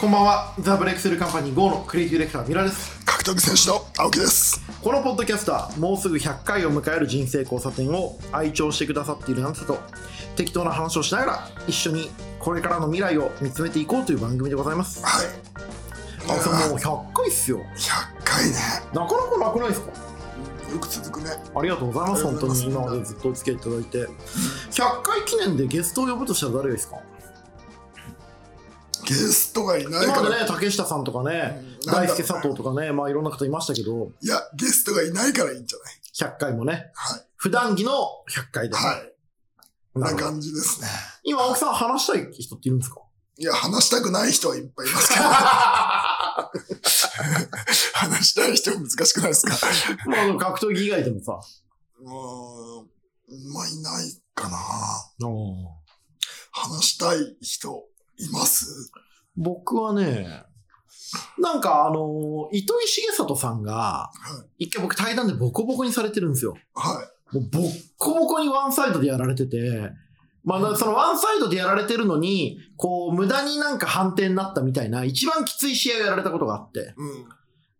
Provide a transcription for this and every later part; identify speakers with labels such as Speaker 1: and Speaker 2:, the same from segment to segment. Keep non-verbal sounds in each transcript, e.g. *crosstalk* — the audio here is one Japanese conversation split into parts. Speaker 1: こんばんは、ザ・ブレイクセルカンパニー GO のクリエイティブディレクター、ミラです。
Speaker 2: 格闘技選手の青木です
Speaker 1: このポッドキャストは、もうすぐ100回を迎える人生交差点を愛聴してくださっているあなたと、適当な話をしながら、一緒にこれからの未来を見つめていこうという番組でございます。
Speaker 2: はい
Speaker 1: 青木さん、もう100回っすよ。
Speaker 2: 100回ね
Speaker 1: なかなかなくないですか
Speaker 2: よく続くね
Speaker 1: ありがとうございます、本当に今までずっとお付き合いいただいて。100回記念でゲストを呼ぶとしたら誰がいいですか
Speaker 2: ゲストがいない
Speaker 1: 今
Speaker 2: か
Speaker 1: ま
Speaker 2: ら、
Speaker 1: でね、竹下さんとかね、
Speaker 2: うんなんだろう
Speaker 1: 大
Speaker 2: ね
Speaker 1: 輔佐藤とかね、まあいろんな方いましたけど、
Speaker 2: いやゲストがいないからいいんじゃない
Speaker 1: 100回もね、
Speaker 2: はい
Speaker 1: 普段着の100回で。
Speaker 2: はい
Speaker 1: な
Speaker 2: な
Speaker 1: るほど
Speaker 2: 感じですね
Speaker 1: 今、青木さん話したい人っているん *laughs* ですか
Speaker 2: いや話したくない人はいっぱいいます
Speaker 1: *laughs*
Speaker 2: けど話したい人難しくないですか
Speaker 1: まあ、でも格闘技以外でもさ。
Speaker 2: うーんまあいないかな話したい人います
Speaker 1: 僕はね、なんかあの、糸井重里さんが、一回僕対談でボコボコにされてるんですよ。
Speaker 2: はい
Speaker 1: もうボッコボコにワンサイドでやられてて、まあな、そのワンサイドでやられてるのに、こう、無駄になんか判定になったみたいな、一番きつい試合をやられたことがあって、
Speaker 2: うん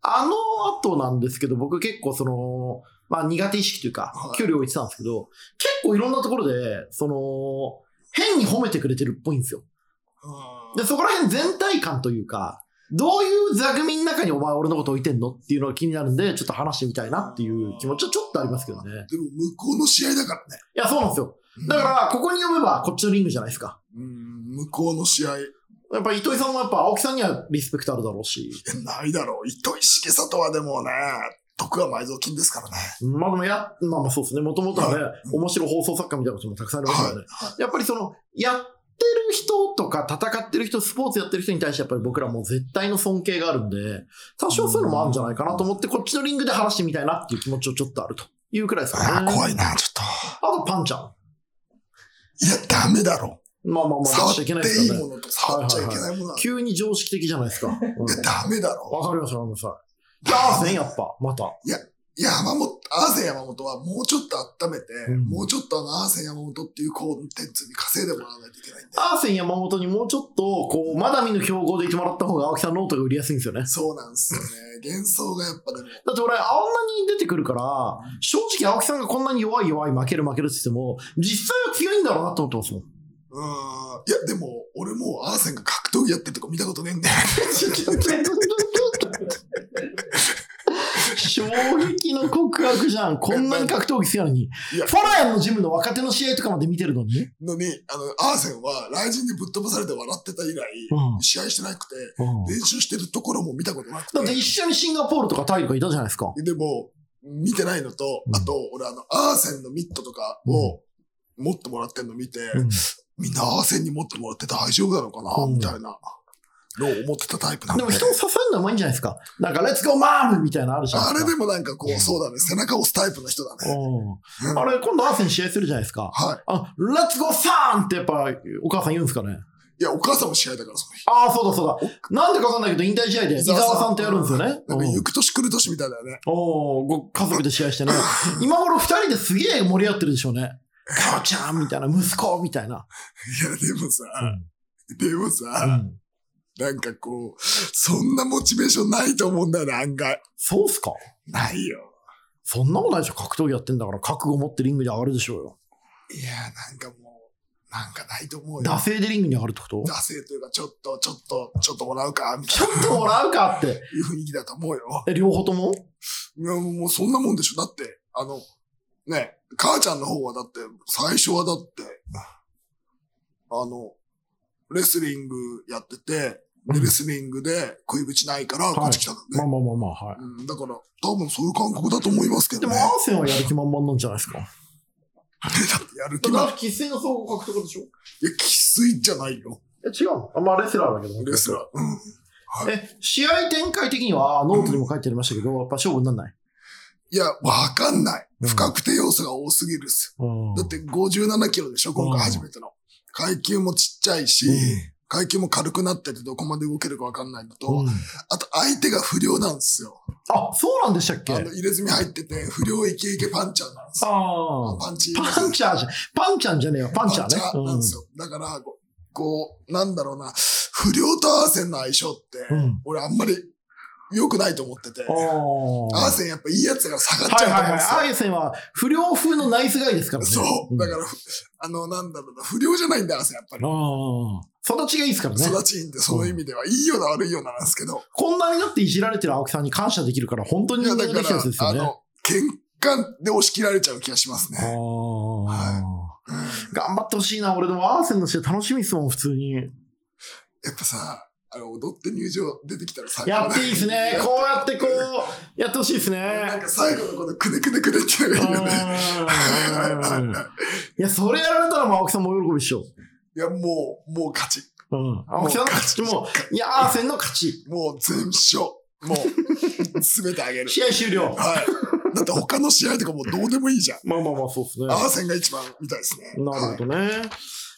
Speaker 1: あの後なんですけど、僕結構その、まあ苦手意識というか
Speaker 2: は、い
Speaker 1: 距離を置いてたんですけど、結構いろんなところで、その、変に褒めてくれてるっぽいんですよ。で、そこら辺全体感というか、どういう座組の中にお前俺のこと置いてんのっていうのが気になるんで、ちょっと話してみたいなっていう気持ちはちょっとありますけどね。
Speaker 2: でも向こうの試合だからね
Speaker 1: いや、そうなんですよ。だから、ここに呼べばこっちのリングじゃないですか。
Speaker 2: うん向こうの試合
Speaker 1: やっぱ糸井さんもやっぱ青木さんにはリスペクトあるだろうし。
Speaker 2: ないだろう。糸井重里はでもね、徳は埋蔵金ですからね。
Speaker 1: まあでもや、まあまあそうですね。もともとはね、面白放送作家みたいなこともたくさんありますよね。やっぱりその、やってる人とか戦ってる人、スポーツやってる人に対してやっぱり僕らもう絶対の尊敬があるんで、多少そういうのもあるんじゃないかなと思って、こっちのリングで話してみたいなっていう気持ちをちょっとあるというくらいですか
Speaker 2: あ
Speaker 1: ね。
Speaker 2: あ、怖いな、ちょっ
Speaker 1: あとパンちゃん。
Speaker 2: と。いや、ダメだろ。
Speaker 1: まあまあまあ出
Speaker 2: 触
Speaker 1: し
Speaker 2: っ
Speaker 1: ちゃいけ
Speaker 2: て
Speaker 1: ないです
Speaker 2: いい
Speaker 1: からね。
Speaker 2: ものと触っちゃいけないものなんだ
Speaker 1: 急に常識的じゃないですか。うん
Speaker 2: いや、ダメだろ。
Speaker 1: わかりました、わかりました。いやーね、やっぱ、また。
Speaker 2: 山本、アーセン山本はもうちょっと温めて、
Speaker 1: うん
Speaker 2: もうちょっとあの、アーセン山本っていうコンテンツに稼いでもらわないといけないんで。
Speaker 1: アーセン山本にもうちょっと、こう、まだ見ぬ競合でいてもらった方が青木さんノートが売りやすいんですよね。
Speaker 2: そうなんですよね。幻想がやっぱでも。
Speaker 1: だって俺、あんなに出てくるから、正直青木さんがこんなに弱い弱い負ける負けるって言っても、実際は強いんだろうなと思ってますもん。
Speaker 2: うーん。いや、でも、俺もうアーセンが格闘技やってるとこ見たことねえんだよ。
Speaker 1: *laughs* 衝撃の告白じゃん。こんなに格闘技好きなのに。
Speaker 2: いや
Speaker 1: ファラヤンのジムの若手の試合とかまで見てるのに。
Speaker 2: のに、あの、アーセンは、雷神にぶっ飛ばされて笑ってた以来、
Speaker 1: うん
Speaker 2: 試合してなくて、
Speaker 1: うん
Speaker 2: 練習してるところも見たことなく
Speaker 1: だって
Speaker 2: て、
Speaker 1: 一緒にシンガポールとかタイとかいたじゃないですか。
Speaker 2: でも、見てないのと
Speaker 1: う、ん
Speaker 2: あと、俺あの、アーセンのミットとかを持ってもらってんの見て、
Speaker 1: うん
Speaker 2: みんなアーセンに持ってもらって大丈夫なのかな、
Speaker 1: うん
Speaker 2: みたいなのを思ってたタイプなん
Speaker 1: で
Speaker 2: で
Speaker 1: も。人を支えるのはうまいんじゃないですか。なんか、レッツゴーマームみたいなのあるじゃない
Speaker 2: あ
Speaker 1: です
Speaker 2: れ
Speaker 1: か。
Speaker 2: でもなんかこう、そうだね、背中押すタイプの人だね。
Speaker 1: う
Speaker 2: うんん
Speaker 1: あれ、今度アーセン試合するじゃないですか。
Speaker 2: は
Speaker 1: あ、レッツゴーサーンってやっぱ、お母さん言うんですかね。
Speaker 2: い。いや、お母さんも試合だから、その日。
Speaker 1: ああ、そうだそうだ。なんでかわかんないけど、引退試合で伊
Speaker 2: 伊
Speaker 1: 沢
Speaker 2: 沢さん
Speaker 1: さんとやるんですよね。
Speaker 2: なんか、行く年来る年みたいだよね。
Speaker 1: おおご家族で試合して *laughs* ね。今頃二人ですげえ盛り合ってるでしょうね。母ちゃんみたいな、息子みたいな。
Speaker 2: いや、でもさ、
Speaker 1: うん
Speaker 2: でも
Speaker 1: う
Speaker 2: さ、
Speaker 1: ん。
Speaker 2: なんかこう、そんなモチベーションないと思うんだよね、案外。
Speaker 1: そうっすか
Speaker 2: ないよ。
Speaker 1: そんなことないでしょ。格闘技やってんだから、覚悟持ってリングに上がるでしょうよ。
Speaker 2: いやー、なんかもう、なんかないと思うよ。
Speaker 1: 惰性でリングに上がるってこと
Speaker 2: 惰性というか、ちょっと、ちょっと、ちょっともらうか、み
Speaker 1: ち
Speaker 2: た
Speaker 1: ょ
Speaker 2: いな
Speaker 1: っともらうかって。
Speaker 2: いう雰囲気だと思うよ。
Speaker 1: え、両方とも
Speaker 2: いや、もうそんなもんでしょ。だって、あの、ね、母ちゃんの方はだって、最初はだって、あの、レスリングやってて、
Speaker 1: う
Speaker 2: で
Speaker 1: ん
Speaker 2: レスリングで食いぶちないから、こっち来たんだね。
Speaker 1: まあまあまあまあ、はい。
Speaker 2: うん、だから、多分そういう感覚だと思いますけ
Speaker 1: で
Speaker 2: ど
Speaker 1: も、
Speaker 2: ね。
Speaker 1: アーセンはやる気満々なんじゃないですか。
Speaker 2: だって *laughs* やる
Speaker 1: *laughs*
Speaker 2: 気は、
Speaker 1: て、喫水の総合格闘でしょ
Speaker 2: いや、きついじゃないよ。
Speaker 1: え、違うのあ、まあ、レスラーだけど
Speaker 2: レスラー。うん。
Speaker 1: ー。え、試合展開的には、ノートにも書いてありましたけど、やっぱ勝負になんない。
Speaker 2: いや、わかんない。
Speaker 1: うん
Speaker 2: 不確定要素が多すぎるっす。だって57キロでしょ、今回初めての。階級もちっちゃいし、
Speaker 1: うん
Speaker 2: 階級も軽くなっててどこまで動けるかわかんないのと、
Speaker 1: うん
Speaker 2: あと相手が不良なんですよ。
Speaker 1: あ、そうなんでしたっけ
Speaker 2: あの、入れ墨入ってて、不良イケイケパンチャーなんですよ。
Speaker 1: ああ。
Speaker 2: パンチ。
Speaker 1: パンチャーじゃ、パンチャーじゃねえよ、パンチャーね。
Speaker 2: パンチャーなんです
Speaker 1: う
Speaker 2: よ。だからこう、こう、なんだろうな、不良とアーセンの相性って、
Speaker 1: うん。
Speaker 2: 俺あんまり良くないと思ってて、
Speaker 1: お
Speaker 2: アーセンやっぱいいやつが下がっち
Speaker 1: はい
Speaker 2: ゃうと
Speaker 1: はい
Speaker 2: 思うん
Speaker 1: はい。ア
Speaker 2: です
Speaker 1: ー
Speaker 2: よ。
Speaker 1: センは不良風のナイスガイですからね。
Speaker 2: そう。だ
Speaker 1: ら。
Speaker 2: から、ふあの、なんだろうな、不良じゃないんだ、アーセンやっぱり。
Speaker 1: ああ。育ちがいいですからね。
Speaker 2: 育ちいいんで、そういう意味では、いいような悪いようななんですけど、
Speaker 1: こんなになっていじられてる青木さんに感謝できるから、本当に
Speaker 2: いや、
Speaker 1: 人
Speaker 2: だ
Speaker 1: 間
Speaker 2: か
Speaker 1: できたやつです
Speaker 2: ら、
Speaker 1: よ
Speaker 2: あ
Speaker 1: ね。
Speaker 2: の、喧嘩で押し切られちゃう気がします
Speaker 1: あ
Speaker 2: ね。
Speaker 1: あ。
Speaker 2: うん
Speaker 1: 頑張ってほしいな、俺でもアーセンの試合楽しみですもん、普通に。
Speaker 2: やっぱさ、あの、踊って入場出てきたら最高だ
Speaker 1: やっていいですね。 *laughs* こうやってこう、やってほしいです
Speaker 2: なん
Speaker 1: ね。
Speaker 2: か最後のこのくねくねくねっていうのがいいよね。
Speaker 1: うんいや、それやられたらもう青木さんも喜びでしょ。
Speaker 2: いや、もう、もう勝ち。
Speaker 1: うん。青木さんの勝ちも、いや、アーセンの勝ち。
Speaker 2: もう全勝。もう、すべてあ
Speaker 1: *laughs*
Speaker 2: げる。
Speaker 1: 試合終了。
Speaker 2: はい。だって他の試合とかもうどうでもいいじゃん。
Speaker 1: まあまあまあ、そうですね。
Speaker 2: アーセンが一番みたいですね。
Speaker 1: なるほ
Speaker 2: はい
Speaker 1: どね。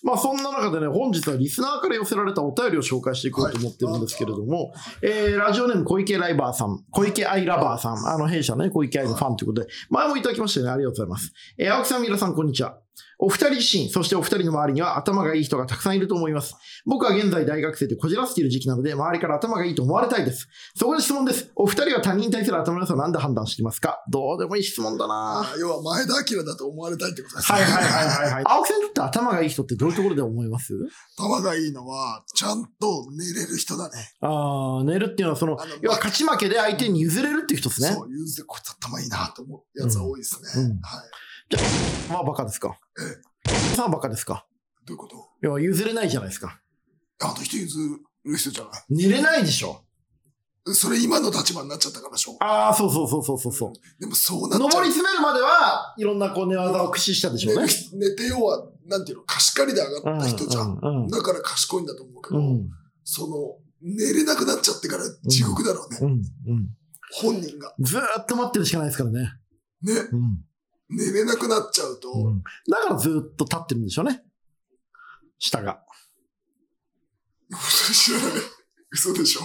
Speaker 1: まあそんな中でね、本日はリスナーから寄せられたお便りを紹介していこうと思ってるんですけれども、えー、ラジオネーム小池ライバーさん、小池アイラバーさん、あの弊社ね、小池アイのファンということで、前もいただきましたよね、ありがとうございます。えー、青木さん、皆さん、こんにちは。お二人自身、そしてお二人の周りには頭がいい人がたくさんいると思います。僕は現在大学生でこじらせている時期なので、周りから頭がいいと思われたいです。そこで質問です。お二人は他人に対する頭の良さを何で判断していますかどうでもいい質問だな
Speaker 2: あー要は前田明だと思われたいってことですね。
Speaker 1: はいはいはいはいはい。青木さんにとって頭がいい人ってどういうところで思います
Speaker 2: 頭がいいのは、ちゃんと寝れる人だね。
Speaker 1: ああ、寝るっていうのはその
Speaker 2: あの、
Speaker 1: 要は勝ち負けで相手に譲れるっていう人ですね
Speaker 2: そ。う、ゆずこいつ頭いいなと思うやつは多いですね。
Speaker 1: うんうん
Speaker 2: はい。
Speaker 1: まあバカですか
Speaker 2: え。
Speaker 1: さあバカですか。
Speaker 2: どういうこと
Speaker 1: 要は譲れないじゃないですか。
Speaker 2: あの人譲る人じゃない。
Speaker 1: 寝れないでしょ。
Speaker 2: それ今の立場になっちゃったからでしょ。
Speaker 1: ああ、そうそうそうそうそうそう。
Speaker 2: でもそうなっ
Speaker 1: *laughs* 上
Speaker 2: ちゃう
Speaker 1: り。詰めるまではいろんなこう寝技を駆使したでしょうね。
Speaker 2: 寝寝て要は、なんていうの、貸し借りで上がった人じゃん。
Speaker 1: うん
Speaker 2: だから賢いんだと思うけ
Speaker 1: う
Speaker 2: ど、
Speaker 1: んうん
Speaker 2: その、寝れなくなっちゃってから地獄だろうね。
Speaker 1: うんうん
Speaker 2: 本人が。
Speaker 1: ずーっと待ってるしかないですからね。
Speaker 2: ね、
Speaker 1: うん
Speaker 2: 寝れなくなっちゃうと、
Speaker 1: うんだからずーっと立ってるんでしょうね。下が。
Speaker 2: 嘘 *laughs* 知らない。嘘でしょ。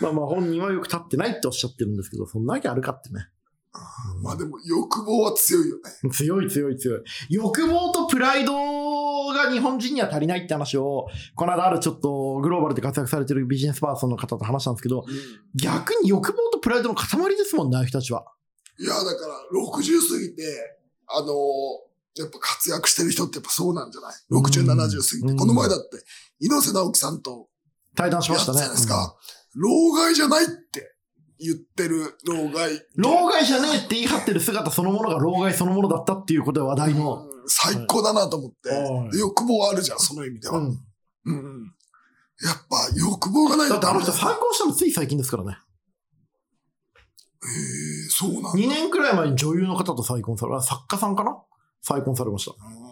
Speaker 1: まあまあ本人はよく立ってないっておっしゃってるんですけど、そんなわけあるかってね。 *laughs*
Speaker 2: まあでも欲望は強いよね。
Speaker 1: 強い強い強い。欲望とプライドが日本人には足りないって話を、この間あるちょっとグローバルで活躍されてるビジネスパーソンの方と話したんですけど、逆に欲望とプライドの塊ですもんね、ああいう人たちは。
Speaker 2: いや、だから60過ぎて、あのーやっぱ活躍してる人ってやっぱそうなんじゃない ?60、
Speaker 1: うん
Speaker 2: 70過ぎ
Speaker 1: う
Speaker 2: て。
Speaker 1: ん
Speaker 2: この前だって、猪瀬直樹さんと
Speaker 1: 対談し
Speaker 2: や
Speaker 1: ま
Speaker 2: っ
Speaker 1: したた
Speaker 2: じ
Speaker 1: ね
Speaker 2: ゃない。ですか。老害じゃないって言ってる老害。
Speaker 1: うん老害じゃねえって言い張ってる姿そのものが老害そのものだったっていうことで話題の。
Speaker 2: うん最高だなと思って、
Speaker 1: はい
Speaker 2: で欲望はあるじゃん、その意味では。
Speaker 1: う
Speaker 2: うん
Speaker 1: ん。
Speaker 2: うんやっぱ欲望がない
Speaker 1: だってあの人
Speaker 2: へ
Speaker 1: 再婚したのつい最近ですからね。
Speaker 2: えそうなんだ。
Speaker 1: 2年くらい前に女優の方と再婚され、あ作家さんかな再婚されました。
Speaker 2: うん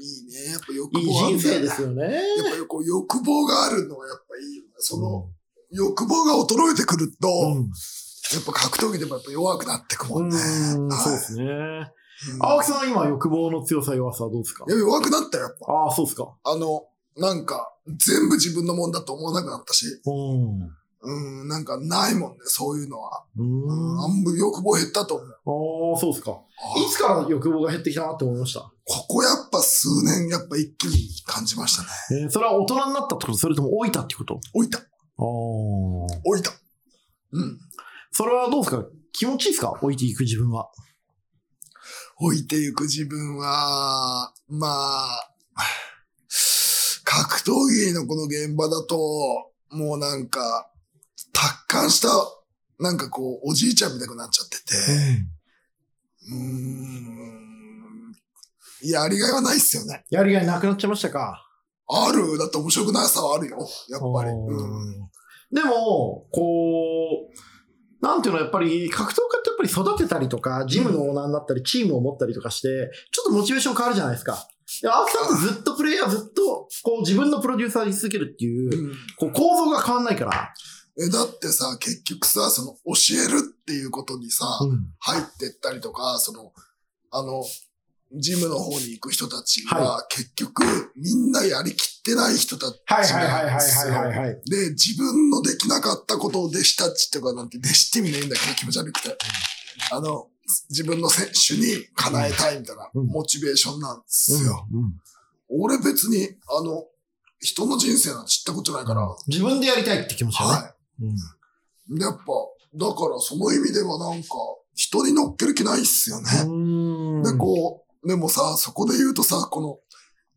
Speaker 2: いいね。やっぱ欲
Speaker 1: いい
Speaker 2: 望ある
Speaker 1: 人
Speaker 2: んだよ
Speaker 1: 生ですよね。
Speaker 2: やっぱこう欲望があるのはやっぱいいよね。その欲望が衰えてくると、
Speaker 1: うん、
Speaker 2: やっぱ格闘技でもやっぱ弱くなってくも
Speaker 1: うんん、
Speaker 2: ね。
Speaker 1: そうですね。青木さんは今欲望の強さ弱さはどうですか
Speaker 2: うんいや弱くなったよ、やっぱ。
Speaker 1: ああ、そうですか。
Speaker 2: あの、なんか、全部自分のもんだと思わなくなったし、
Speaker 1: うん。
Speaker 2: うん、なんかないもんね、そういうのは。うん、
Speaker 1: う
Speaker 2: あ
Speaker 1: ん。あ
Speaker 2: んまり欲望減ったと思う。
Speaker 1: あ、そうですか。
Speaker 2: あ
Speaker 1: いつから欲望が減ってきたなって思いました。
Speaker 2: ここやっぱ数年、やっぱ一気に感じましたね。
Speaker 1: えーそれは大人になったってことそれとも老いたってこと
Speaker 2: 置いた、
Speaker 1: ああ。
Speaker 2: 置いた。うん。
Speaker 1: それはどうですか気持ちいいですか老いていく自分は。
Speaker 2: 置いていく自分は、まあ、格闘技のこの現場だと、もうなんか、達観した、なんかこう、おじいちゃんみたくなっちゃってて、うーん、やりがいはないっすよね。
Speaker 1: やりがいなくなっちゃいましたか
Speaker 2: ある、だって面白くないさはあるよ、やっぱり。
Speaker 1: おー
Speaker 2: うん、
Speaker 1: でも、こう、なんていうの、やっぱり格闘家ってやっぱり育てたりとか、ジムのオーナーになったり、チームを持ったりとかして、ちょっとモチベーション変わるじゃないですか。で、青木さんってずっとプレイヤーずっと、こう自分のプロデューサーに続けるっていう、
Speaker 2: うん
Speaker 1: こう構造が変わんないから。
Speaker 2: えだってさ、結局さ、その、教えるっていうことにさ、入ってったりとか、その、あの、ジムの方に行く人たちが、結局、みんなやりきってない人たちなんですよ。
Speaker 1: いはい。
Speaker 2: で、自分のできなかったことを弟子たちとかなんて、弟子って意味ないんだけど気持ち悪くて。あの、自分の選手に叶えたいみたいな、
Speaker 1: うん
Speaker 2: モチベーションなんですよ。俺別に、あの、人の人生なんて知ったことないから。は
Speaker 1: 自分でやりたいって気持ちだね。うん
Speaker 2: い。でやっぱ、だからその意味ではなんか、人に乗っける気ないっすよね。
Speaker 1: う
Speaker 2: で、
Speaker 1: ーん
Speaker 2: こう、でもさ、そこで言うとさ、この、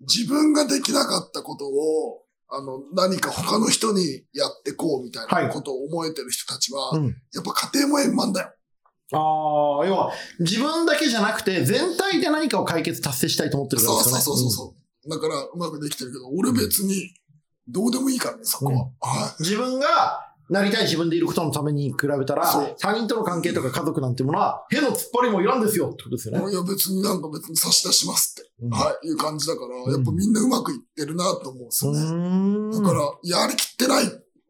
Speaker 2: 自分ができなかったことを、あの、何か他の人にやってこうみたい
Speaker 1: はい
Speaker 2: なことを思えてる人たちは、
Speaker 1: うん
Speaker 2: やっぱ家庭も円満だよ。
Speaker 1: ああ、要は、自分だけじゃなくて、全体で何かを解決達成したいと思ってるから
Speaker 2: そ
Speaker 1: です
Speaker 2: うそ
Speaker 1: か
Speaker 2: う
Speaker 1: ね。
Speaker 2: そうそうそう。だから、うまくできてるけど、俺別に、どうでもいいからね、そこは。
Speaker 1: うん
Speaker 2: は
Speaker 1: うん自分が、なりたい自分でいることのために比べたら
Speaker 2: そう、
Speaker 1: 他人との関係とか家族なんてものは、への突っ張りもいらんですよってことですよ
Speaker 2: い。
Speaker 1: ね。
Speaker 2: いや、別になんか別に差し出しますって、
Speaker 1: うん
Speaker 2: はい、いう感じだから、
Speaker 1: ん
Speaker 2: やっぱみんなうまくいってるなと思うんですよね。だから、やりきってない。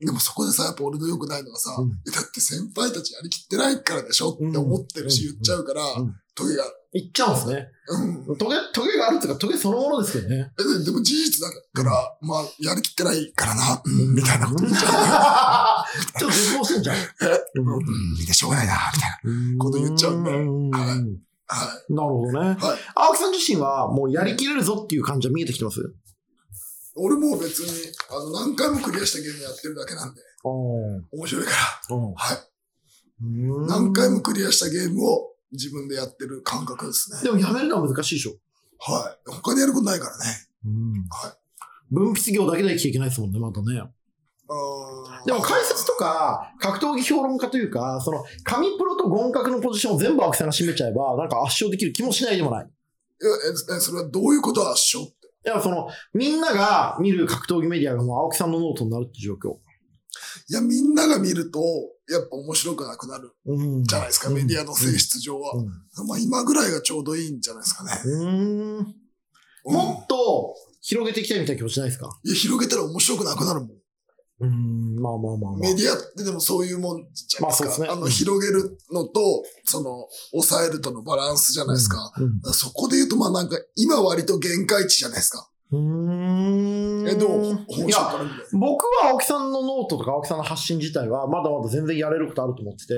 Speaker 2: でもそこでさ、やっぱ俺の良くないのがさ、
Speaker 1: うん
Speaker 2: えだって先輩たちやりきってないからでしょって思ってるし
Speaker 1: うん
Speaker 2: 言っちゃうから、
Speaker 1: うん
Speaker 2: トゲがある。
Speaker 1: いっちゃうんですね。
Speaker 2: うん。
Speaker 1: トゲ、トゲがあるっていうか、トゲそのものですよね。
Speaker 2: えででも事実だから、まあ、やりきってないからな、うんみたい
Speaker 1: *laughs*
Speaker 2: なこと言っちゃう。
Speaker 1: ちょっと絶望してんじゃん。
Speaker 2: うん、うんでしょうがないな、みたいな。こと言っちゃうんだはいは
Speaker 1: な
Speaker 2: い。
Speaker 1: るほどね。
Speaker 2: はい。
Speaker 1: 青木さん自身は、もうやりきれるぞっていう感じは見えてきてます
Speaker 2: 俺も別に、あの、何回もクリアしたゲームやってるだけなんで、
Speaker 1: ああ。
Speaker 2: 面白いから。はい。何
Speaker 1: 何
Speaker 2: 回もクリアしたゲームを自分でやってる感覚ですね。
Speaker 1: でもやめるのは難しいでしょ。
Speaker 2: はい。他でやることないからね。は
Speaker 1: 分泌業だけで生きていけないですもんね、またね。
Speaker 2: うん
Speaker 1: でも解説とか、格闘技評論家というか、その、神プロと合格のポジションを全部青木さんが占めちゃえば、なんか圧勝できる気もしないでもない。
Speaker 2: いやええそれはどういうことはしょって。
Speaker 1: いや、その、みんなが見る格闘技メディアがもう青木さんのノートになるって状況。
Speaker 2: いや、みんなが見ると、やっぱ面白くなくなる
Speaker 1: うん
Speaker 2: じゃないですか、メディアの性質上は。まあ、今ぐらいがちょうどいいんじゃないですかね。
Speaker 1: うん。うん
Speaker 2: うん。
Speaker 1: もっと広げていきたいみたいな気持ちないですか
Speaker 2: いや、広げたら面白くなくなるもん。
Speaker 1: うん、まあまあまあ
Speaker 2: メディアってでもそういうもんじゃないで
Speaker 1: まあそ
Speaker 2: すか。
Speaker 1: うですね
Speaker 2: あ
Speaker 1: う
Speaker 2: の、
Speaker 1: ん
Speaker 2: 広げるのと、その、抑えるとのバランスじゃないですか。だか
Speaker 1: うん
Speaker 2: らそこで言うと、まあなんか、今割と限界値じゃないですか。
Speaker 1: うん。
Speaker 2: え、どう
Speaker 1: い
Speaker 2: 本社
Speaker 1: や
Speaker 2: から見て。
Speaker 1: 僕は青木さんのノートとか青木さんの発信自体はまだまだ全然やれることあると思ってて、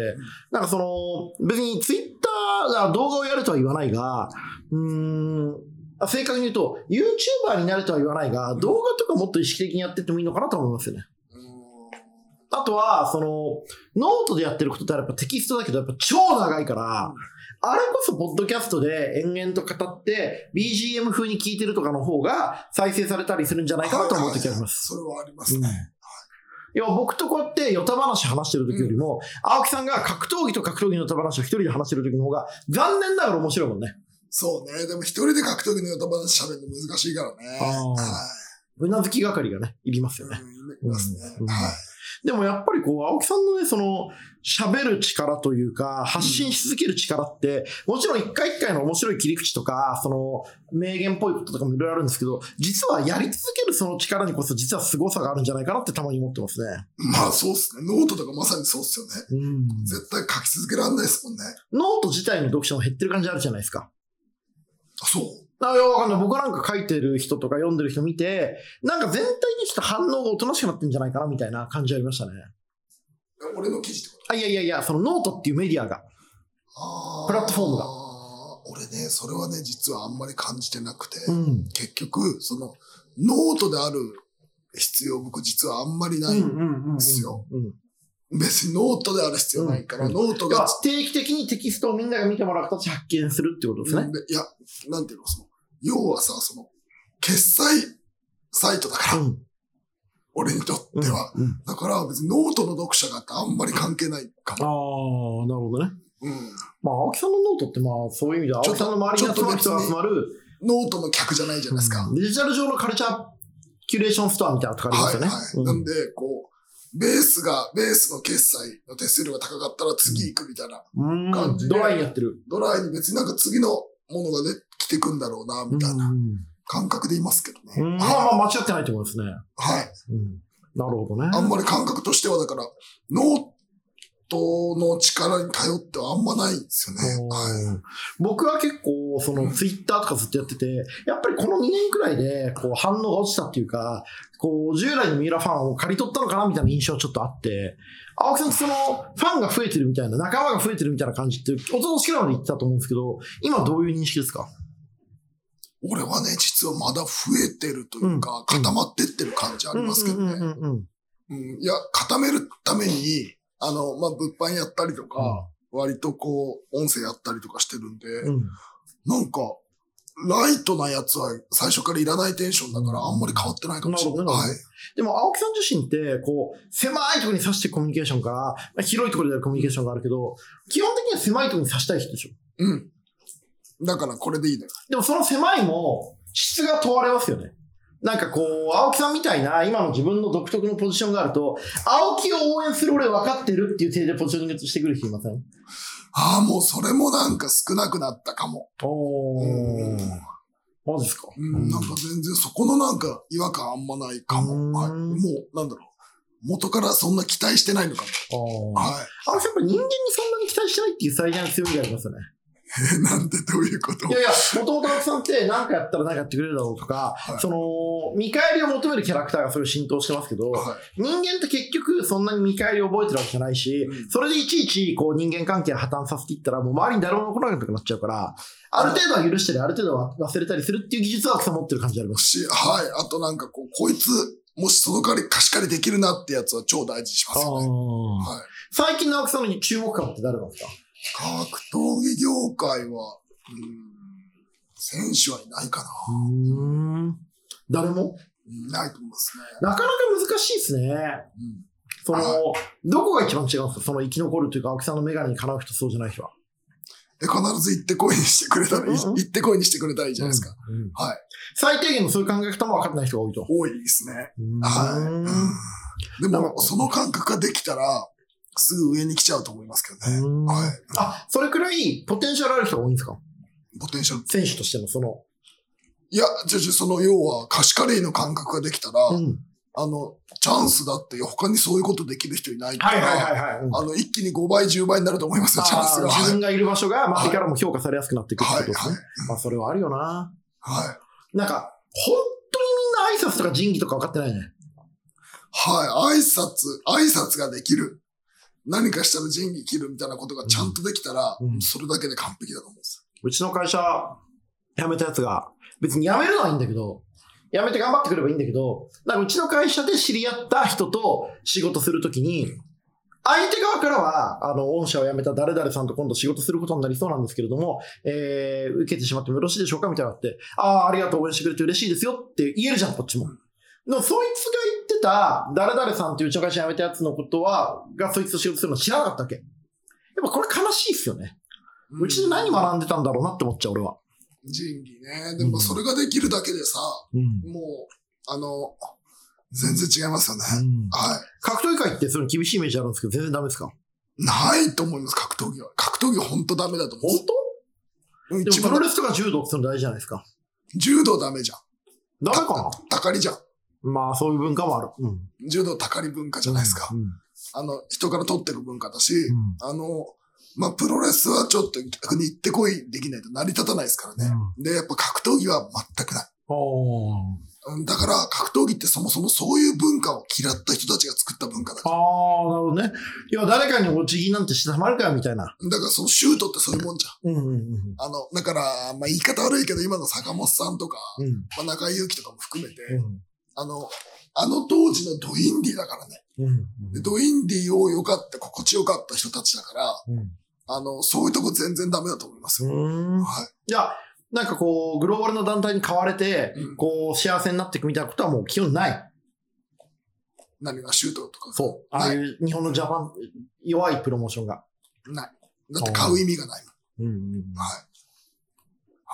Speaker 1: なんかその、別にツイッターが動画をやるとは言わないが、うーん、あ正確に言うと、YouTuber になるとは言わないが、動画とかもっと意識的にやってってもいいのかなと思いますよね。
Speaker 2: うーん
Speaker 1: あとは、その、ノートでやってることってやっぱテキストだけど、やっぱ超長いから、あれこそポッドキャストで延々と語って、BGM 風に聞いてるとかの方が再生されたりするんじゃないかなと思う時あります。
Speaker 2: それはあります
Speaker 1: うん
Speaker 2: ね。
Speaker 1: いや、僕とこうやって、ヨタ話話してる時よりも、青木さんが格闘技と格闘技のヨタ話を一人で話してる時の方が、残念ながら面白いもんね。
Speaker 2: そうね。でも一人で格闘技のヨタ話喋るの難しいからね。
Speaker 1: あー
Speaker 2: は
Speaker 1: うなずき係がね、いります
Speaker 2: い。
Speaker 1: よ
Speaker 2: うん
Speaker 1: ね。
Speaker 2: いますね。
Speaker 1: うん
Speaker 2: はい。
Speaker 1: でもやっぱりこう、青木さんのね、その、喋る力というか、発信し続ける力って、もちろん一回一回の面白い切り口とか、その、名言っぽいこととかもいろいろあるんですけど、実はやり続けるその力にこそ、実は凄さがあるんじゃないかなってたまに思ってますね。
Speaker 2: まあそうっすね。ノートとかまさにそうっすよね。
Speaker 1: うん。
Speaker 2: 絶対書き続けられないですもんね。
Speaker 1: ノート自体の読者も減ってる感じあるじゃないですか。
Speaker 2: あそう。
Speaker 1: あいや、わかんない。僕なんか書いてる人とか読んでる人見て、なんか全体にちょっと反応がおとなしくなってんじゃないかなみたいな感じありましたね。
Speaker 2: 俺の記事ってこと
Speaker 1: あ、いやいやいや、そのノートっていうメディアが。
Speaker 2: あ
Speaker 1: プラットフォームが
Speaker 2: 俺ね、それはね、実はあんまり感じてなくて、
Speaker 1: ん。
Speaker 2: 結局、その、ノートである必要、僕実はあんまりない。
Speaker 1: んうん
Speaker 2: ですよ。
Speaker 1: うん。
Speaker 2: 別にノートである必要ないから、
Speaker 1: うん
Speaker 2: ノート
Speaker 1: 要
Speaker 2: が
Speaker 1: は定期的にテキストをみんなが見てもらう形で発見するってことですね。
Speaker 2: でいや、なんていうの、その、要はさ、その、決済サイトだから、
Speaker 1: ん。
Speaker 2: 俺にとっては。
Speaker 1: うん。
Speaker 2: だから別にノートの読者がってあんまり関係ないか
Speaker 1: ああ
Speaker 2: も。、
Speaker 1: なるほどね。
Speaker 2: うん。
Speaker 1: まあ、青木さんのノートって、まあ、そういう意味では、青
Speaker 2: ちょ
Speaker 1: 木
Speaker 2: っと
Speaker 1: さんの周りに集まる人が集まる、
Speaker 2: ノートの客じゃないじゃないですか。
Speaker 1: デジタル上のカルチャーキュレーションストアみたいなとこありま
Speaker 2: は
Speaker 1: す
Speaker 2: い
Speaker 1: よね。
Speaker 2: はい。なんで、こう、ベースが、ベースの決済の手数料が高かったら次行くみたいな。
Speaker 1: うん
Speaker 2: 感じで
Speaker 1: ドライにやってる。
Speaker 2: ドライに別になんか次のものがね、来てくんだろうな、みたいな感覚でいますけど
Speaker 1: う
Speaker 2: ね。
Speaker 1: んま
Speaker 2: は
Speaker 1: あまあ、間違ってないと思いますね。
Speaker 2: い。はい。
Speaker 1: うんなるほどね。
Speaker 2: あんまり感覚としては、だから、ノートの力に頼ってはあんまないんですよね。はい。
Speaker 1: 僕は結構、その、ツイッターとかずっとやってて、やっぱりこの2年くらいで、こう、反応が落ちたっていうか、こう、従来の三浦ファンを刈り取ったのかなみたいな印象はちょっとあって、青木さん、その、ファンが増えてるみたいな、仲間が増えてるみたいな感じって、おととしくらいまで言ってたと思うんですけど、今どういう認識ですか
Speaker 2: 俺はね、実はまだ増えてるというか、固まってってる感じありますけどね。うんいや、固めるために、あの、まあ、物販やったりとか、割とこう、音声やったりとかしてるんで、
Speaker 1: うん
Speaker 2: なんか、ライトなやつは最初からいらないテンションだから、あんまり変わってないかもしれない。
Speaker 1: なるほど
Speaker 2: は。
Speaker 1: ないでも、青木さん自身って、こう、狭いところに刺してコミュニケーションから、まあ広いところでやるコミュニケーションがあるけど、基本的には狭いところに刺したい人でしょ。
Speaker 2: うん。だからこれでいいのよ。
Speaker 1: でもその狭いも質が問われますよね。なんかこう、青木さんみたいな今の自分の独特のポジションがあると、青木を応援する俺分かってるっていう体でポジショニングしてくる人いません
Speaker 2: ああ、もうそれもなんか少なくなったかも。
Speaker 1: お
Speaker 2: うん。
Speaker 1: マジですか
Speaker 2: うん、なんか全然そこのなんか違和感あんまないか
Speaker 1: うん
Speaker 2: も。はい。もう、なんだろう。元からそんな期待してないのかも。
Speaker 1: あー
Speaker 2: はい。
Speaker 1: 青木さんやっぱ人間にそんなに期待してないっていう最大の強みがありますよね。
Speaker 2: え、なんでどういう *laughs* こと
Speaker 1: いやいや、もともと青木さんって何かやったら何かやってくれるだろうとか、
Speaker 2: はい
Speaker 1: その、見返りを求めるキャラクターがそれを浸透してますけど、
Speaker 2: は
Speaker 1: 人間って結局そんなに見返りを覚えてるわけじゃないし、
Speaker 2: うん
Speaker 1: それでいちいちこう人間関係破綻させていったらもう周りに誰も残らなくなっちゃうから、ある程度は許したり、ある程度は忘れたりするっていう技術は草持ってる感じありま
Speaker 2: い。
Speaker 1: す。
Speaker 2: し、はい。あとなんかこう、こいつ、もしその代わり貸し借りできるなってやつは超大事にしますよね。はい。
Speaker 1: 最近の青木さんの注目株って誰なんですか
Speaker 2: 格闘技業界は、うん、選手はいないかな。
Speaker 1: 誰も
Speaker 2: いないと思いますね。
Speaker 1: なかなか難しいですね。
Speaker 2: うん
Speaker 1: その
Speaker 2: は、
Speaker 1: どこが一番違うんですかその生き残るというか青木さんのメガネにかなう人そうじゃない人は。
Speaker 2: で、必ず行ってこいにしてくれたら、い
Speaker 1: うんうん
Speaker 2: 行ってこいにしてくれたらいいじゃないですか。
Speaker 1: うん。うん
Speaker 2: はい。
Speaker 1: 最低限のそういう考え方も分かってない人が多いと。
Speaker 2: 多いですね。はい
Speaker 1: い
Speaker 2: で
Speaker 1: なるほ
Speaker 2: も、
Speaker 1: ど
Speaker 2: その感覚ができたら、すぐ上に来ちゃうと思いますけどね。は
Speaker 1: あ、それくらいポテンシャルある人が多いんですか
Speaker 2: い。ポテンシャル。
Speaker 1: 選手としてのその。
Speaker 2: いや、じゃあじゃあその要は、貸し借りの感覚ができたら、
Speaker 1: ん。
Speaker 2: あの、チャンスだって、他にそういうことできる人いないから、
Speaker 1: はいはいはいはい。うん
Speaker 2: あの、一気に5倍、10倍になると思いますよ、チャンス
Speaker 1: あー
Speaker 2: が。
Speaker 1: 自
Speaker 2: はい。
Speaker 1: 分がいる場所が周りからも評価されやすくなっていくるってことですね
Speaker 2: は。
Speaker 1: まあそれはあるよな。
Speaker 2: はい。
Speaker 1: なんか、本当にみんな挨拶とか仁義とか分かってないね。
Speaker 2: はい、挨拶、挨拶ができる。何かしたら仁義切るみたいなことがちゃんとできたら、
Speaker 1: うんうん
Speaker 2: それだけで完璧だと思うんです
Speaker 1: うちの会社、辞めたやつが、別に辞めるのはいいんだけど、辞めて頑張ってくればいいんだけど、なんかうちの会社で知り合った人と仕事するときに、相手側からは、あの、御社を辞めた誰々さんと今度仕事することになりそうなんですけれども、えー、受けてしまってもよろしいでしょうかみたいなのがあって、ああー、ありがとう、応援してくれて嬉しいですよって言えるじゃん、こっちも。でも、そいつが言ってた、誰々さんっていううちの会社辞めたやつのことは、がそいつと仕事するの知らなかったわけ。やっぱこれ悲しいっすよね。
Speaker 2: よ。
Speaker 1: うちで何学んでたんだろうなって思っちゃう、俺は。
Speaker 2: 仁義ね。でもそれができるだけでさ、もう、あの、全然違いますよね。は
Speaker 1: 格闘技界ってその厳しいイメージあるんですけど、全然ダメですか
Speaker 2: い。ないと思います、格闘技は。格闘技ほんとダメだと思うんですうん。
Speaker 1: で
Speaker 2: 一
Speaker 1: もプロ
Speaker 2: 番
Speaker 1: レスとか柔道ってその大事じゃないですか。
Speaker 2: 柔道ダメじゃん。
Speaker 1: ダメか
Speaker 2: たかりじゃん。
Speaker 1: なまあ、そういう文化もある。うん。
Speaker 2: 柔道たかり文化じゃないですか。
Speaker 1: うん
Speaker 2: あの、人から取ってる文化だし、
Speaker 1: うん
Speaker 2: あの、まあ、プロレスはちょっと逆に行ってこいできないと成り立たないですからね。で、やっぱ格闘技は全くない。
Speaker 1: うん
Speaker 2: うんだから、格闘技ってそもそもそういう文化を嫌った人たちが作った文化だ
Speaker 1: あ
Speaker 2: か
Speaker 1: あ、なるほどね。いや、誰かにお辞儀なんてしてたまるかよみたいな。
Speaker 2: ら。だから、そのシュートってそういうもんじゃん。
Speaker 1: うんうん
Speaker 2: あの、だから、まあ、言い方悪いけど、今の坂本さんとか、
Speaker 1: うん。うん
Speaker 2: まあ、中井祐希とかも含めて、
Speaker 1: う
Speaker 2: あの、あの当時のドインディだからね。
Speaker 1: んうん
Speaker 2: でドインディを良かった、心地よかった人たちだから、あの、そういうとこ全然ダメだと思いますよ。
Speaker 1: うん。うん。
Speaker 2: はい。
Speaker 1: じゃあ、なんかこう、グローバルの団体に買われて
Speaker 2: うん、
Speaker 1: こう、幸せになっていくみたいなことはもう基本ない。
Speaker 2: 何がシュートとか。
Speaker 1: そう。ああいう日本のジャパン、弱いプロモーションが。
Speaker 2: ない。だって買う意味がないもん。
Speaker 1: うんうんうん
Speaker 2: はい。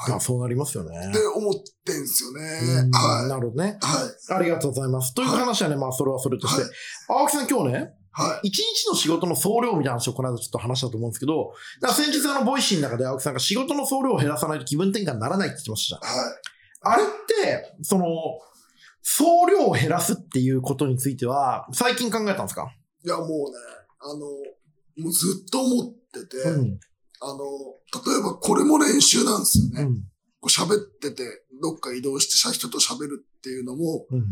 Speaker 1: ま
Speaker 2: は
Speaker 1: あ、そうなりますよね。
Speaker 2: い。って思ってんすよね
Speaker 1: うん。
Speaker 2: は
Speaker 1: なるほどね。
Speaker 2: い。はい。
Speaker 1: ありがとうございます。という話はね、まあ、それはそれとして。青木さん、今日ね、
Speaker 2: はい。はい。
Speaker 1: 一日の仕事の総量みたいな話をこの間ちょっと話したと思うんですけど、なんか先日あの、ボイシーの中で青木さんが仕事の総量を減らさないと気分転換にならないって言ってましたじ
Speaker 2: はい。
Speaker 1: ゃん。あれって、その、総量を減らすっていうことについては、最近考えたんですか
Speaker 2: いや、もうね、あの、もうずっと思ってて、
Speaker 1: ん。
Speaker 2: あの、例えばこれも練習なんですよね。
Speaker 1: うん。
Speaker 2: こう喋ってて、どっか移動して人と喋るっていうのも、
Speaker 1: うん。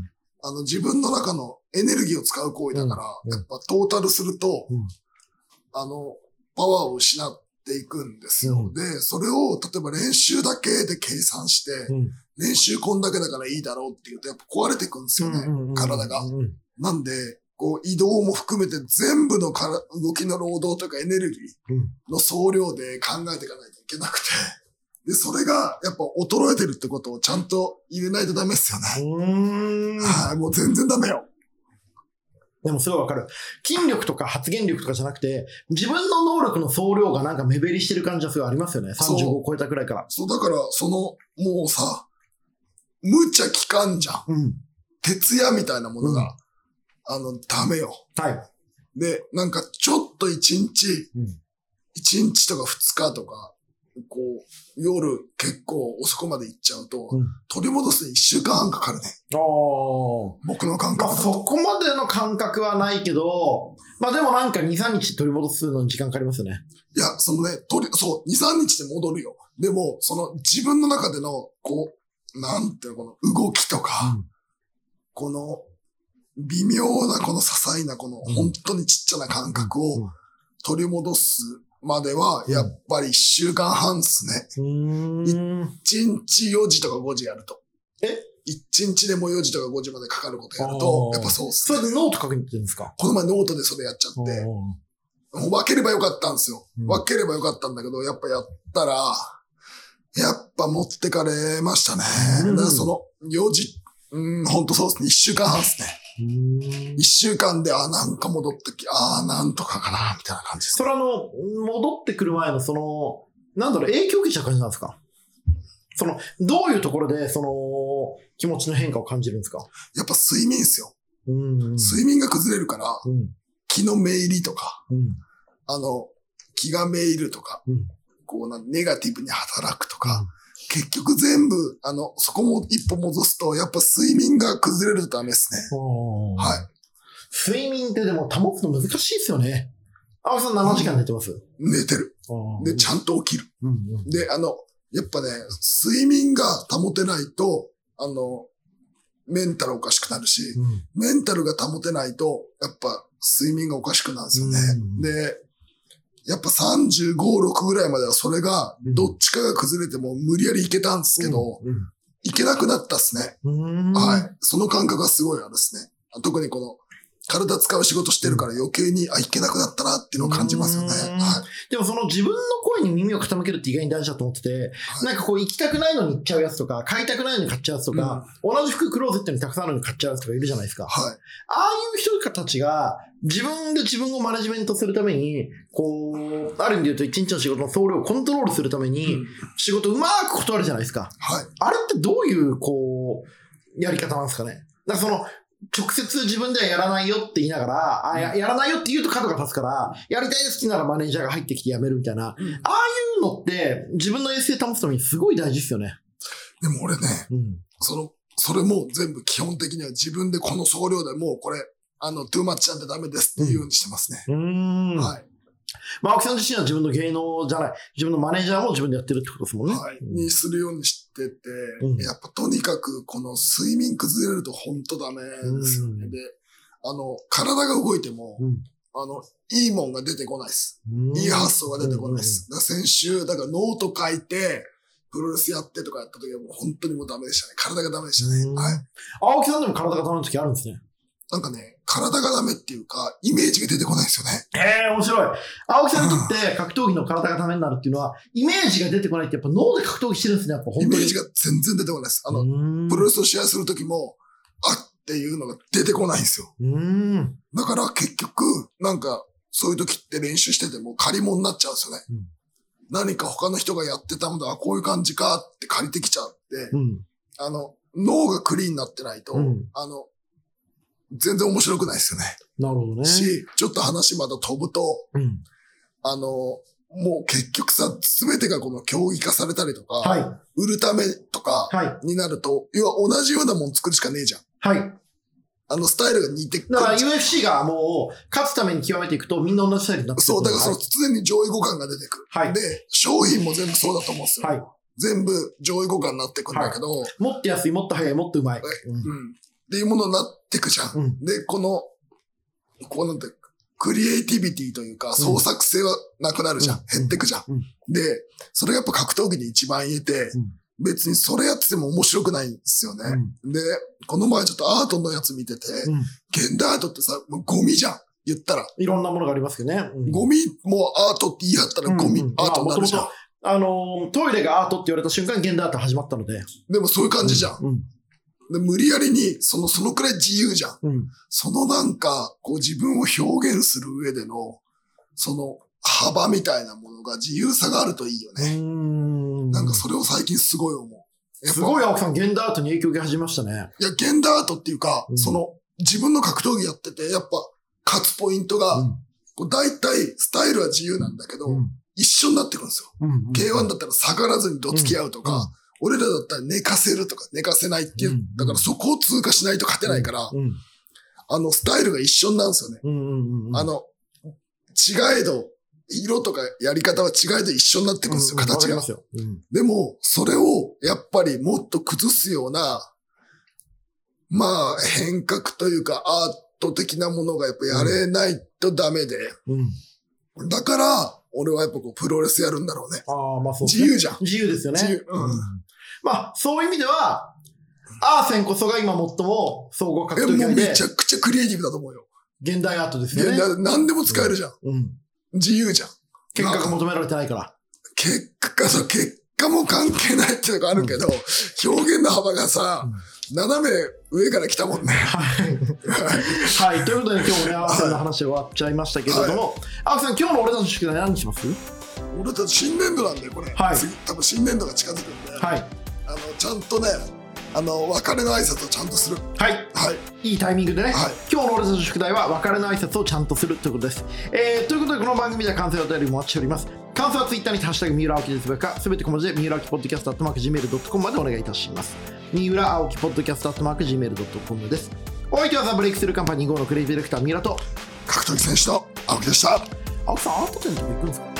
Speaker 2: あの、自分の中のエネルギーを使う行為だから、
Speaker 1: うんうん
Speaker 2: やっぱトータルすると、
Speaker 1: うん
Speaker 2: あの、パワーを失っていくんですよ。
Speaker 1: うん
Speaker 2: で、それを、例えば練習だけで計算して、
Speaker 1: うん。
Speaker 2: 練習こんだけだからいいだろうっていうと、やっぱ壊れてくんですよね。体が。なんで、こう移動も含めて全部のから動きの労働とかエネルギーの総量で考えていかないといけなくて、で、それがやっぱ衰えてるってことをちゃんと入れないとダメですよね。はい、もう全然ダメよ。
Speaker 1: でもすごいわかる。筋力とか発言力とかじゃなくて、自分の能力の総量がなんか目減りしてる感じはすごいありますよね。35を超えたくらいから。
Speaker 2: そう、だから、その、もうさ、無茶期間じゃん。
Speaker 1: うん。
Speaker 2: 徹夜みたいなものが、うん、あの、ダメよ。
Speaker 1: はい。
Speaker 2: で、なんかちょっと一日、一、うん、1日とか二日とか、こう、夜結構遅くまで行っちゃうと、うん、取り戻すに1週間半かかるね。僕の感覚、
Speaker 1: まあ、そこまでの感覚はないけど、まあでもなんか2、3日取り戻すのに時間かかりますよね。
Speaker 2: いや、そのね、取り、そう、2、3日で戻るよ。でも、その自分の中での、こう、なんていうの、この動きとか、うん、この、微妙な、この些細な、この、本当にちっちゃな感覚を取り戻すまでは、やっぱり一週間半っすね。一日4時とか5時やると。
Speaker 1: え
Speaker 2: 一日でも4時とか5時までかかることやると、やっぱそうっす
Speaker 1: ね。それでノート書くんですか
Speaker 2: この前ノートでそれやっちゃって、分ければよかったんですよ。分ければよかったんだけど、やっぱやったら、やっぱ持ってかれましたね。だからその4時、うん、ほんとそうっすね。一週間半っすね。一週間で、あ、なんか戻ってき、あ、なんとかかな、みたいな感じです。
Speaker 1: それあの、戻ってくる前の、その、なんだろう、影響を受けちゃう感じなんですかその、どういうところで、その、気持ちの変化を感じるんですか
Speaker 2: やっぱ睡眠っすよ。
Speaker 1: うん、うん、
Speaker 2: 睡眠が崩れるから、
Speaker 1: うん、
Speaker 2: 気の目入りとか、
Speaker 1: うん、
Speaker 2: あの、気がめいるとか、
Speaker 1: うん、
Speaker 2: こうな、ネガティブに働くとか、結局全部、あの、そこも一歩戻すと、やっぱ睡眠が崩れるとダメですね。はい。
Speaker 1: 睡眠ってでも保つの難しいですよね。青さん7時間寝てます、
Speaker 2: うん、寝てる。で、ちゃんと起きる、
Speaker 1: うんうん、。
Speaker 2: で、あの、やっぱね、睡眠が保てないと、あの、メンタルおかしくなるし、うん、メンタルが保てないと、やっぱ睡眠がおかしくなるんですよね。で、やっぱ35、6ぐらいまではそれが、どっちかが崩れても無理やりいけたんですけど、うんうん、いけなくなったっすね。はい。その感覚がすごいあるっすね。特にこの、体使う仕事してるから余計に、あ、いけなくなったなっていうのを感じますよね。はい
Speaker 1: でもその自分の声に耳を傾けるって意外に大事だと思ってて、はい、なんかこう行きたくないのに行っちゃうやつとか、買いたくないのに買っちゃうやつとか、うん、同じ服クローゼットにたくさんあるのに買っちゃうやつとかいるじゃないですか。
Speaker 2: はい。あ
Speaker 1: あいう人たちが、自分で自分をマネジメントするために、こう、ある意味で言うと一日の仕事の総量をコントロールするために、仕事うまく断るじゃないですか。
Speaker 2: はい。
Speaker 1: あれってどういう、こう、やり方なんですかね。だからその、直接自分ではやらないよって言いながら、あややらないよって言うと角が立つから、やりたいですならマネージャーが入ってきてやめるみたいな、うん、ああいうのって自分の衛生保つためにすごい大事ですよね。
Speaker 2: でも俺ね、
Speaker 1: うん、
Speaker 2: その、それも全部基本的には自分でこの総量でもうこれ、あの、トゥーマッチなんてダメですって言うようにしてますね。
Speaker 1: うん。
Speaker 2: はい。
Speaker 1: まあ、青木さん自身は自分の芸能じゃない、自分のマネージャーも自分でやってるってことですもんね。
Speaker 2: はい。にするようにしてて、うん、やっぱとにかくこの睡眠崩れると本当ダメですよね。うん、で、あの、体が動いても、うん、あの、いいもんが出てこないです。いい発想が出てこないです。先週、だからノート書いて、プロレスやってとかやった時はもう本当にもうダメでしたね。体がダメでしたね。はい。
Speaker 1: 青木さんでも体がダメな時あるんですね。
Speaker 2: なんかね、体がダメっていうか、イメージが出てこないですよね。
Speaker 1: ええー、面白い。青木さんにとって格闘技の体がダメになるっていう
Speaker 2: *laughs*
Speaker 1: のは、イメージが出てこないってやっぱ脳で格闘技してるんですね、やっぱ
Speaker 2: イメージが全然出てこないです。あの、プロレスを試合するときも、あっていうのが出てこないんですよ。だから結局、なんか、そういうときって練習してても借り物になっちゃうんですよね。うん、何か他の人がやってたものはこういう感じかって借りてきちゃって、
Speaker 1: うん、
Speaker 2: あの、脳がクリーンになってないと、うん、あの、全然面白くないですよね。
Speaker 1: なるほどね。
Speaker 2: し、ちょっと話また飛ぶと、
Speaker 1: うん、
Speaker 2: あの、もう結局さ、すべてがこの競技化されたりとか、
Speaker 1: はい、
Speaker 2: 売るためとかになると、はい、要は同じようなもん作るしかねえじゃん。
Speaker 1: はい。
Speaker 2: あのスタイルが似てく
Speaker 1: る。だから UFC がもう、勝つために極めていくとみんな同じスタイルになってく
Speaker 2: る。そう、だからその常に上位互換が出てくる。
Speaker 1: はい。
Speaker 2: で、商品も全部そうだと思うんですよ。
Speaker 1: はい。、
Speaker 2: 全部上位互換になってくるんだけど、はい
Speaker 1: もっと安い、もっと早い、もっとうまい。
Speaker 2: うん、うんっていうものになってくじゃん。うん、で、この、こうなんて、クリエイティビティというか、創作性はなくなるじゃん。うん、減ってくじゃん。うん、で、それがやっぱ格闘技に一番言えて、別にそれやってても面白くないんですよね。で、この前ちょっとアートのやつ見てて、
Speaker 1: うん
Speaker 2: 現代アートってさ、もうゴミじゃん。言ったら。
Speaker 1: いろんなものがありますよね。うん
Speaker 2: ゴミもアートって言い張ったらゴミ、
Speaker 1: うんうん
Speaker 2: アートになるじゃん
Speaker 1: ま。あのー、トイレがアートって言われた瞬間、現代アート始まったので。
Speaker 2: でもそういう感じじゃん。
Speaker 1: うん。
Speaker 2: で無理やりに、その、そのくらい自由じゃん。
Speaker 1: うん。
Speaker 2: そのなんか、こう自分を表現する上での、その幅みたいなものが自由さがあるといいよ
Speaker 1: う
Speaker 2: ね。
Speaker 1: ん
Speaker 2: なんかそれを最近すごい思う。やっぱ
Speaker 1: すごい青木さん、現代アートに影響を受け始めましたね。
Speaker 2: いや、ゲンダーアートっていうか、
Speaker 1: うん
Speaker 2: その、自分の格闘技やってて、やっぱ、勝つポイント
Speaker 1: う
Speaker 2: が、
Speaker 1: ん
Speaker 2: こう大体、スタイルは自由なんだけど、
Speaker 1: うん
Speaker 2: 一緒になってくるんですよ。
Speaker 1: うん。
Speaker 2: K1 だったら下がらずにどつき合うとか、俺らだったら寝かせるとか、寝かせないっていう、
Speaker 1: うん
Speaker 2: だからそこを通過しないと勝てないから、
Speaker 1: うん。
Speaker 2: あの、スタイルが一緒なんですよね。
Speaker 1: うんうんうん。
Speaker 2: あの、違えど、色とかやり方は違えど一緒になってくるんですよ、
Speaker 1: うんうんわか
Speaker 2: 形
Speaker 1: り
Speaker 2: が
Speaker 1: ま。すよ。うん
Speaker 2: でも、それを、やっぱりもっと崩すような、まあ、変革というか、アート的なものがやっぱやれないとダメで。
Speaker 1: うん。
Speaker 2: だから、俺はやっぱこう、プロレスやるんだろうね。
Speaker 1: ああ、まあそうです
Speaker 2: 自
Speaker 1: ね
Speaker 2: 由じゃん。
Speaker 1: 自由ですよね。
Speaker 2: 自由うん
Speaker 1: まあ、そういう意味では、アーセンこそが今最も総合格
Speaker 2: え、
Speaker 1: 闘
Speaker 2: もう
Speaker 1: 技で
Speaker 2: めちゃくちゃクリエイティブだと思うよ。
Speaker 1: 現代アートです
Speaker 2: い
Speaker 1: よね。
Speaker 2: や、何でも使えるじゃん。
Speaker 1: うん。
Speaker 2: 自由じゃん。
Speaker 1: 結果が
Speaker 2: なんか
Speaker 1: 求められてないから。
Speaker 2: 結果そう、結果も関係ないっていうのがあるけど、表現の幅がさ、斜め上から来たもんね。
Speaker 1: はい。はい。ということで今日もね、アーセンの話終わっちゃいましたけれども、青木さん、今日の俺たちの宿題何にします
Speaker 2: 俺たち新年度なんだよこれ、
Speaker 1: はい
Speaker 2: 次多分新年度が近づくんで、
Speaker 1: はい。
Speaker 2: あのちゃんとねあの別れの挨拶をちゃんとする
Speaker 1: はい。
Speaker 2: はい
Speaker 1: いいタイミングでね、
Speaker 2: はい
Speaker 1: 今日の俺たちの宿題は別れの挨拶をちゃんとするということです。えーということでこの番組では完成お便りもお待ちしております。感想はツイッターに「ハッシュタグ三浦青木です」かすべて小文字で三浦青木ポッドキャストアットマーク Gmail.com までお願いいたします。三浦青木ポッドキャストアットマーク Gmail.com です。お相手はザ・ブレイクスルーカンパニー GO のクレイジーディレクター三浦と
Speaker 2: 格闘技選手の青木でした
Speaker 1: 青木さんアート展とか行くんですか